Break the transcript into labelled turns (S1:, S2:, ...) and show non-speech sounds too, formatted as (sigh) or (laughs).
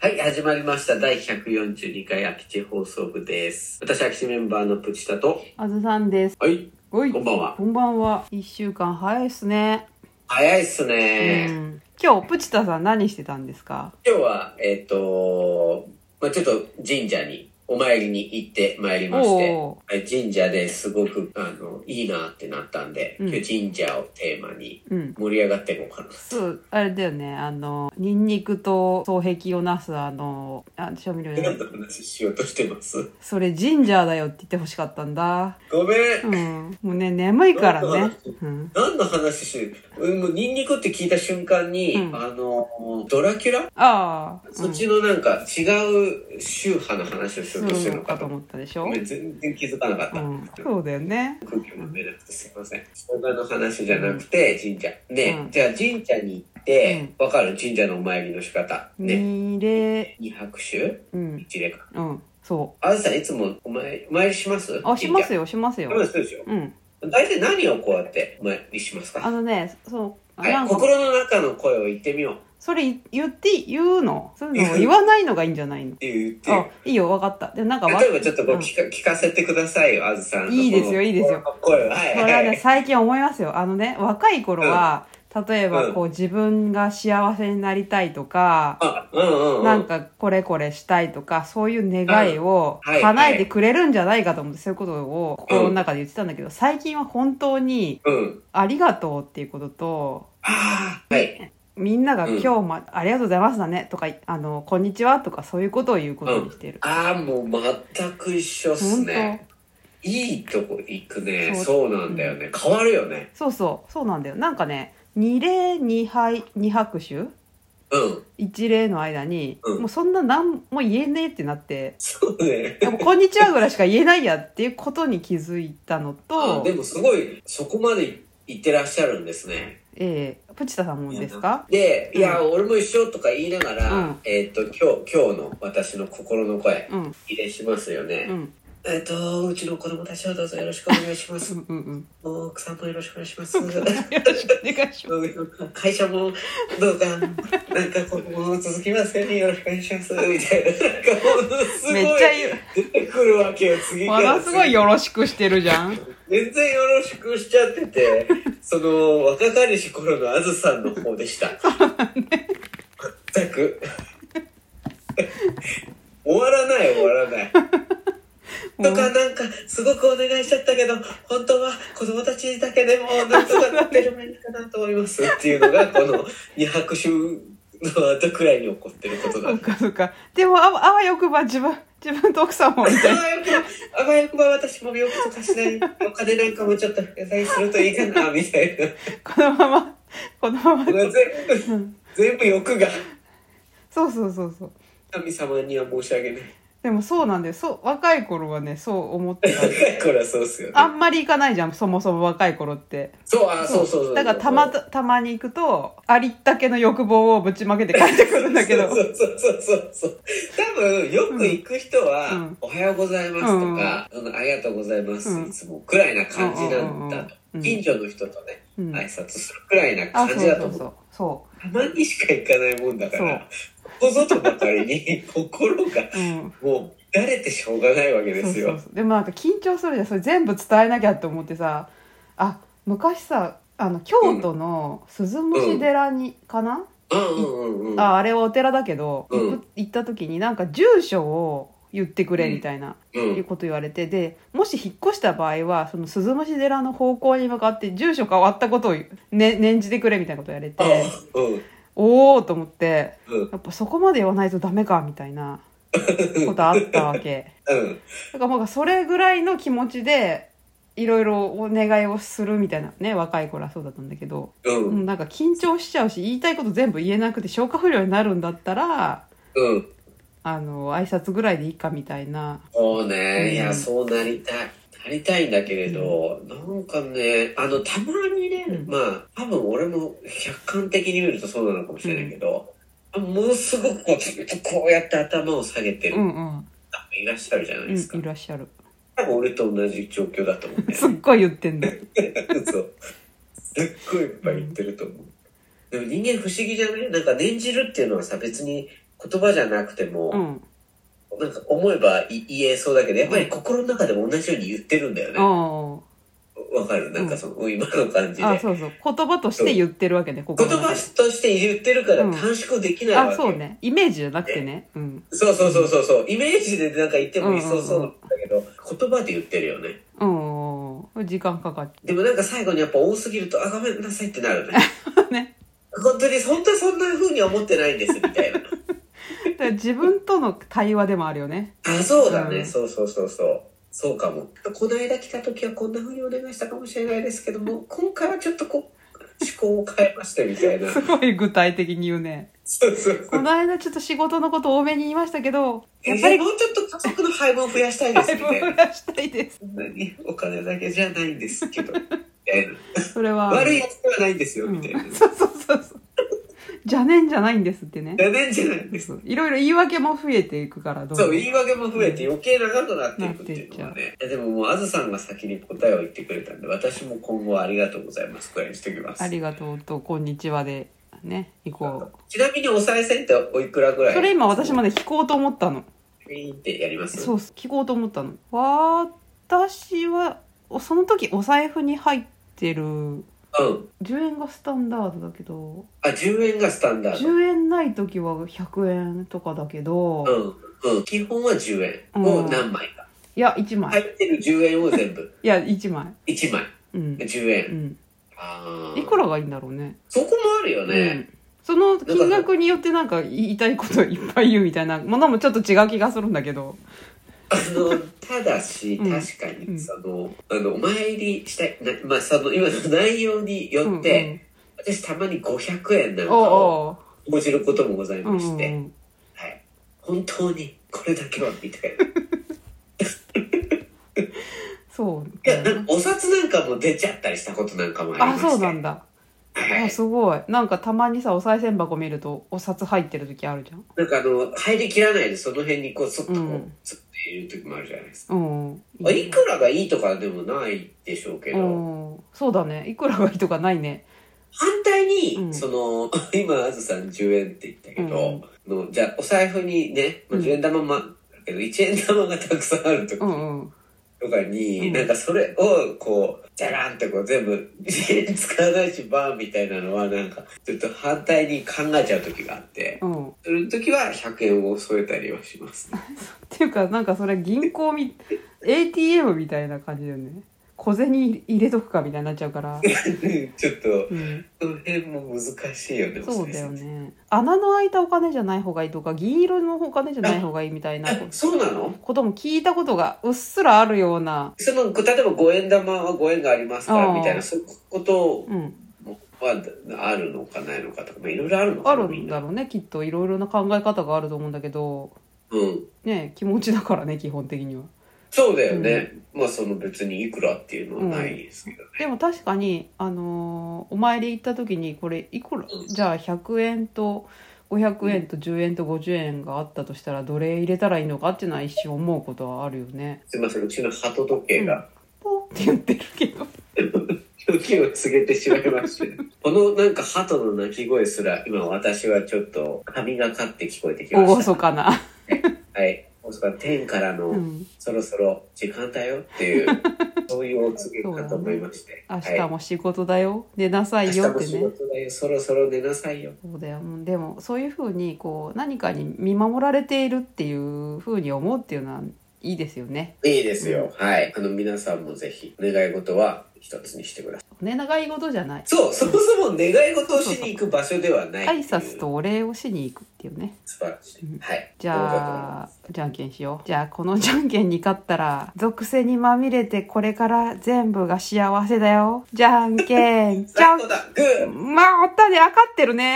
S1: はい、始まりました。第142回空き地放送部です。私、空き地メンバーのプチタと、
S2: あずさんです。
S1: はい、
S2: ごい。
S1: こんばんは
S2: こんばんは。一週間早いっすね。
S1: 早いっす
S2: う
S1: ね。
S2: ん。今日、プチタさん何してたんですか
S1: 今日は、えっ、と、まあちょっと神社に、お参りに行ってまいりまして、
S2: お
S1: はい神社ですごく、あの、いいなってなったんで、
S2: うん
S1: 今日神社をテーマに
S2: うん。
S1: 盛り上がっていこうかな。
S2: そう、あれだよね。あの、ニンニクと双璧をなす、あの、あ、調味料じゃな
S1: 何 (laughs)
S2: い
S1: の話しようとしてます
S2: それ、ジンジャーだよって言ってほしかったんだ。
S1: ごめん。
S2: うん。もうね、眠いからね。うん。
S1: 何の話しうんもうニンニクって聞いた瞬間に、
S2: うん
S1: あの、ドラキュラ
S2: ああ。
S1: そっちのなんか違う宗派の話をし
S2: う
S1: よ
S2: ん
S1: うとしてる
S2: そう
S1: のか
S2: かと
S1: と思っ。
S2: 思ったでしたょ
S1: ごめん全然気づかなかっ
S2: う
S1: た。
S2: ん。そうだよね。
S1: 空気も出なくてすいません。生姜の話じゃなくて神社。ね、
S2: うん
S1: じゃあ神社に行って、わ、かる神社のお参りの仕方。ね。
S2: 二礼、
S1: 二拍手
S2: うん。
S1: 一礼か。
S2: うん。そ
S1: あずさんいつもお参りお参りします
S2: う。あ、します
S1: よ。
S2: よ、しますよ
S1: 神社。そうですよ。
S2: うん。
S1: 大体何をこうやってお参りします
S2: あ
S1: か
S2: のね、そう、
S1: は。
S2: ないんか、
S1: 心の中の声を言ってみようっ
S2: それい言って、言うのそういうのを言わないのがいいんじゃないの
S1: て言って。
S2: あ、いいよ、わかった。で、なんかわ、
S1: 例えばちょっとこう
S2: うん
S1: 聞か,、聞かせてくださいよ、あずさんの。
S2: いいですよいいですよ
S1: この声をはい、
S2: これはね、最近思いますよ。あのね、若い頃は、例え
S1: う
S2: ば
S1: ん
S2: こう、自分が幸せになりたいとか、
S1: あ、うんうん、うん。
S2: なんかこれこれしたいとか、そういう願いを
S1: うんはい
S2: 叶えてくれるんじゃないかと思って、そういうことを心の中で言ってたんだけど、最近は本当に
S1: うん。
S2: ありがとうっていうことと、
S1: ああ、はい。
S2: みんなが
S1: うん
S2: 今日ま、ありがとうございますだねとか、あの、こんにちはとかそういうことを言うことにしてる。
S1: ああ、もう全く一緒っす
S2: 本
S1: ね。
S2: 当
S1: いいとこ行くね。そ
S2: そうう
S1: なんだよね。変わるよね。
S2: そうそう、そうなんだよ。なんかね、二礼二杯二拍手
S1: うん。
S2: 一礼の間に、
S1: うん
S2: もうそんな何も言えねえって
S1: (laughs)
S2: なって、
S1: そうね。
S2: やっぱこんにちはぐらいしか言えないやっていうことに気づいたの
S1: あ
S2: と
S1: で、もすごい、そこまで行ってらっしゃるんですね。
S2: えー、プチタさんもですか
S1: で、
S2: うん
S1: いや、俺も一緒とか言いながら、
S2: うん
S1: えっ、と、今日、今日の私の心の声、
S2: うん、
S1: 入れしますよね。
S2: うん、
S1: えっ、と、うちの子供たちはどうぞよろしくお願いします
S2: う。ん、うん、うん。
S1: 奥さんもよろしくお願いします。
S2: よろしくお願いしま
S1: 会社もどうか、なんかここも続きますよね、よろしくお願いします。みたいな。なんかものす
S2: す。
S1: ごい。
S2: めっちゃ言う。
S1: 出てくるわけよ、次か
S2: も
S1: ら
S2: のすごい
S1: 次。
S2: よろしくしてるじゃん。
S1: 全然よろしくしちゃってて、その若かりし頃のあずさんの方でした。全く。 (laughs) 終わらない終わらない。とかなんかすごくお願いしちゃったけど本当は子供たちだけでも
S2: (laughs)
S1: なんとかなってればいいかなと思いますっていうのがこの二拍手の後くらいに起こってることだ
S2: そ。うかそうか。でもあわ、あわよくば自分、自分と奥さんもみたいな。
S1: あばよくば私も病気とかしないお金なんかもちょっと負債するといいかなみたいな
S2: このまま、このまま。
S1: 全
S2: う
S1: 部
S2: ん
S1: 全部欲が
S2: そうそうそうそう。
S1: 神様には申し訳ない
S2: でもそうなんだよ。そう、若い頃はね、そう思っ
S1: (laughs)
S2: てた。
S1: 若い頃はそうっすよね
S2: あんまり行かないじゃん、そもそも若い頃って。
S1: そうあそうそうそう
S2: だからたまた、たまに行くと、ありったけの欲望をぶちまけて帰ってくるんだけど。
S1: そうそうそうそうそう多分よく行く人は「
S2: うん
S1: おはようございます」とか、うんありがとうございます」
S2: うん
S1: いつもくらいな感じなんだと、
S2: うんうんうんうん
S1: 近所の人とね、
S2: うん
S1: 挨拶するくらいな感
S2: あ、そう
S1: じだ
S2: そ
S1: と
S2: う
S1: 思う
S2: そう。そ
S1: たまにしか行かないもんだからここぞとばかりに心が
S2: う。うん。
S1: もう乱れてしょうがないわけで
S2: そう
S1: す
S2: そ
S1: よ
S2: うそう。でもなんか緊張するじゃん。それ全部伝えなきゃって思ってさ、あ、昔さ、あの、京都の鈴虫寺に、かな
S1: うんうんうん
S2: ああれはお寺だけど、
S1: うん
S2: 行く行った時になんか住所を言ってくれみたいな、
S1: う
S2: いうんこと言われてでもし引っ越した場合はその鈴虫寺の方向に向かって住所変わったことを、ね、念じてくれみたいなこと言われ
S1: あ
S2: て
S1: うん
S2: おおと思って
S1: うん
S2: やっぱそこまで言わないとダメかみた
S1: (laughs)
S2: いなことあったわけ
S1: うん
S2: だからなんかそれぐらいの気持ちでいろいろお願いをするみたいなね若い頃はそうだったんだけど、
S1: うん
S2: うんなんか緊張しちゃうし言いたいこと全部言えなくて消化不良になるんだったら
S1: うん
S2: あの挨拶ぐらいでいいかみたいな
S1: そうね、
S2: うん
S1: いやそうなりたいなりたいんだけれど、なんかねあのたまにね、
S2: うん
S1: まあ多分俺も客観的に見るとそうなのかもしれないけど、ものすごくこうずっとこうやって頭を下げてる
S2: う
S1: 方も
S2: んうん、
S1: いらっしゃるじゃないです
S2: う
S1: か、
S2: ん、いらっしゃる
S1: 多分俺と同じ状況だと思うんだよ
S2: すっごい言ってんだ
S1: ねそうすっごいいっぱい言ってると思う、でも人間不思議じゃないなんか念じるっていうのはさ別に言葉じゃなくても、
S2: うん
S1: なんか思えばい言えそうだけど、やっぱり心の中でも同じように言ってるんだよね。わ、
S2: あ
S1: かるなんかその、今の感じ
S2: ああ
S1: で。
S2: そうそう言葉として言ってるわけねここ
S1: 言
S2: の中
S1: 葉
S2: で
S1: として言ってるから
S2: うん
S1: 短縮できないわけ。
S2: あそうねイメージじゃなくてねうん
S1: そうそうそうそうそう。イメージでなんか言っても理想そう
S2: うんうん
S1: な
S2: う
S1: んんだけど、言葉で言ってるよね。
S2: うん時間かかっ
S1: でもなんか最後にやっぱ多すぎると、あ、ごめんなさいってなるね。
S2: た (laughs) ね
S1: 本当に、本当にそんな風には思ってないんです、みたい
S2: (laughs)
S1: な。 (laughs)
S2: だから自分との対話でもあるよね
S1: あ、そうだね。
S2: うん
S1: そうそうそうそう。そうかも。この間来た時はこんな風にお願いしたかもしれないですけども、今回はちょっとこう、思考を変えましたみたいな。
S2: (laughs) すごい具体的に言うね
S1: そうそうそ
S2: こ
S1: う。
S2: の間ちょっと仕事のこと多めに言いましたけどや
S1: や
S2: っ
S1: っ
S2: ぱ
S1: ぱ
S2: り
S1: りもうちょっと家族の配分を増やしたいです
S2: 配
S1: み
S2: 分
S1: たいな。
S2: を出したいです
S1: 何お金だけじゃないんです
S2: (laughs)
S1: けど。みたいな
S2: それは
S1: 悪いやつではないんですよ、
S2: うん
S1: みたいな。
S2: そうそうそうそう邪念じゃないんですってね
S1: ダメじゃないんです。
S2: そういろいろ言い訳も増えていくからどんどん
S1: そう、言い訳も増えて余計長くなっていくっていうのはね。いやでももう、あずさんが先に答えを言ってくれたんで、私も今後はありがとうございます。くらいにしておきます。
S2: ありがとうとこんにちはでね行こ
S1: ちなみにお賽銭っておいくらぐ
S2: う
S1: らい
S2: それ今私まで聞こうと思ったの
S1: ピーンってやります
S2: そう聞こうと思ったの私はおその時お財布に入ってる
S1: うん。
S2: 10円がスタンダードだけど
S1: あ、10円がスタンダード。
S2: 10円ない時は100円とかだけど、
S1: うん。うん。基本は10円を何枚か。
S2: いや1枚、
S1: 入
S2: い、
S1: ってる10円を全部。
S2: や1枚
S1: 1枚。
S2: うん、
S1: 10
S2: う
S1: 円。
S2: ん、
S1: ああ。
S2: いくらがいいんだろうね
S1: そこもあるよ
S2: うん
S1: ね。、
S2: その金額によってなんか言いたいこといっぱい言うみたいなものもちょっと違う気がするんだけど
S1: あの、ただし、
S2: うん
S1: 確か
S2: う
S1: に、
S2: ん
S1: その、あの、お参りしたい、なまあ、その、今の内容に
S2: う
S1: よ
S2: ん
S1: って、私たまに500円なん
S2: うん
S1: かを
S2: お
S1: 応じることもございう
S2: お
S1: ま
S2: う、うんう
S1: し
S2: ん
S1: て、
S2: うん、
S1: はい。本当に、これだけは、みたいな。
S2: そう
S1: いや、なんかお札なんかも出ちゃったりしたことなんかもありま
S2: あ
S1: して。
S2: そうなんだ
S1: はい
S2: あすごいなんかたまにさお賽銭箱見るとお札入ってる時あるじゃん
S1: なんかあの、入りきらないで、その辺にこう、そっとこう、
S2: うん
S1: つっている時もあるじゃないですか。
S2: うん
S1: あいくらがいいとかでもないでしょうけど、
S2: うんそうだねいくらがいいとかないね
S1: 反対に、
S2: うん
S1: その、 (laughs) 今、あずさん10円って言ったけど、のじゃあ、お財布にね、まあ
S2: うん
S1: 10円玉もあるけど、1円玉がたくさんある時
S2: うんうん
S1: とかに、
S2: うん
S1: なんかそれを、こう、じゃらんってこう、全部、1円使 (laughs) わないし、バーンみたいなのは、なんか、ちょっと反対に考えちゃう時があって、
S2: うんっ
S1: その時は100円を添えたりはします、 (laughs) ね。
S2: ていうかなんかそれ銀行み ATM みたいな感じだよね小銭入れとくかみたいになっちゃうから、
S1: ちょっと、
S2: うん、
S1: その辺も難しいよね。
S2: そうだよ
S1: お寿司
S2: ね穴の開いたお金じゃない方がいいとか銀色のお金じゃない方がいいみたいな
S1: あそうなの
S2: ことも聞いたことがうっすらあるような
S1: その、例えば5円玉は5円がありますか
S2: あ
S1: ら、
S2: ー
S1: みたいな、そういうこと
S2: うん
S1: はあるのかないのかとか、まあ、いろいろあるの
S2: あ
S1: かな
S2: るんだろうねきっといろいろな考え方があると思うんだけど
S1: みんなうん。
S2: ね気持ちだからね基本的には
S1: そうだよね。まあ、その別にいくらっていうのはないですけどね。
S2: でも確かにあのーお参り行った時にこれいくらじゃあ100円と500円と10円と50円があったとしたらどれ入れたらいいのかっていうのは一瞬思うことはあるよね
S1: すいません、うちの鳩時計が、
S2: ポンって言ってるけ
S1: (laughs)
S2: ど
S1: 時を告げてしまいまして。このなんか鳩の鳴き声すら、今私はちょっと神がかって聞こえてきました。
S2: 厳かな
S1: はい。大阪天からの、
S2: うん
S1: そろそろ時間だよって
S2: (laughs)
S1: いう、そういうお告げかと思いまして。
S2: 明
S1: は
S2: 日
S1: い
S2: も仕事だよ、寝なさ
S1: 明
S2: い
S1: 日
S2: よっ
S1: も
S2: て
S1: 仕
S2: ね
S1: 事だよ、そろそろ寝なさいよ。
S2: そうだようんでもそういうふうにこう何かに見守られているっていうふうに思うっていうのはいいですよね。
S1: いいですよ。はい。あの、皆さんもぜひ、願い事は一つにしてください。
S2: ね願い事じゃない
S1: そう、そもそも願い事をしに行く場所ではない。
S2: 挨拶。とお礼をしに行くっていうね
S1: 素晴らし
S2: う
S1: い
S2: ん。
S1: はい。
S2: じ
S1: どうだと思い
S2: ゃ
S1: ま
S2: あじゃんけんしようじゃあこのじゃんけんに勝ったら属性にまみれてこれから全部が幸せだよじゃんけん
S1: す。
S2: じゃ
S1: 最高
S2: ん
S1: だ。グー
S2: まあおったねあかってるね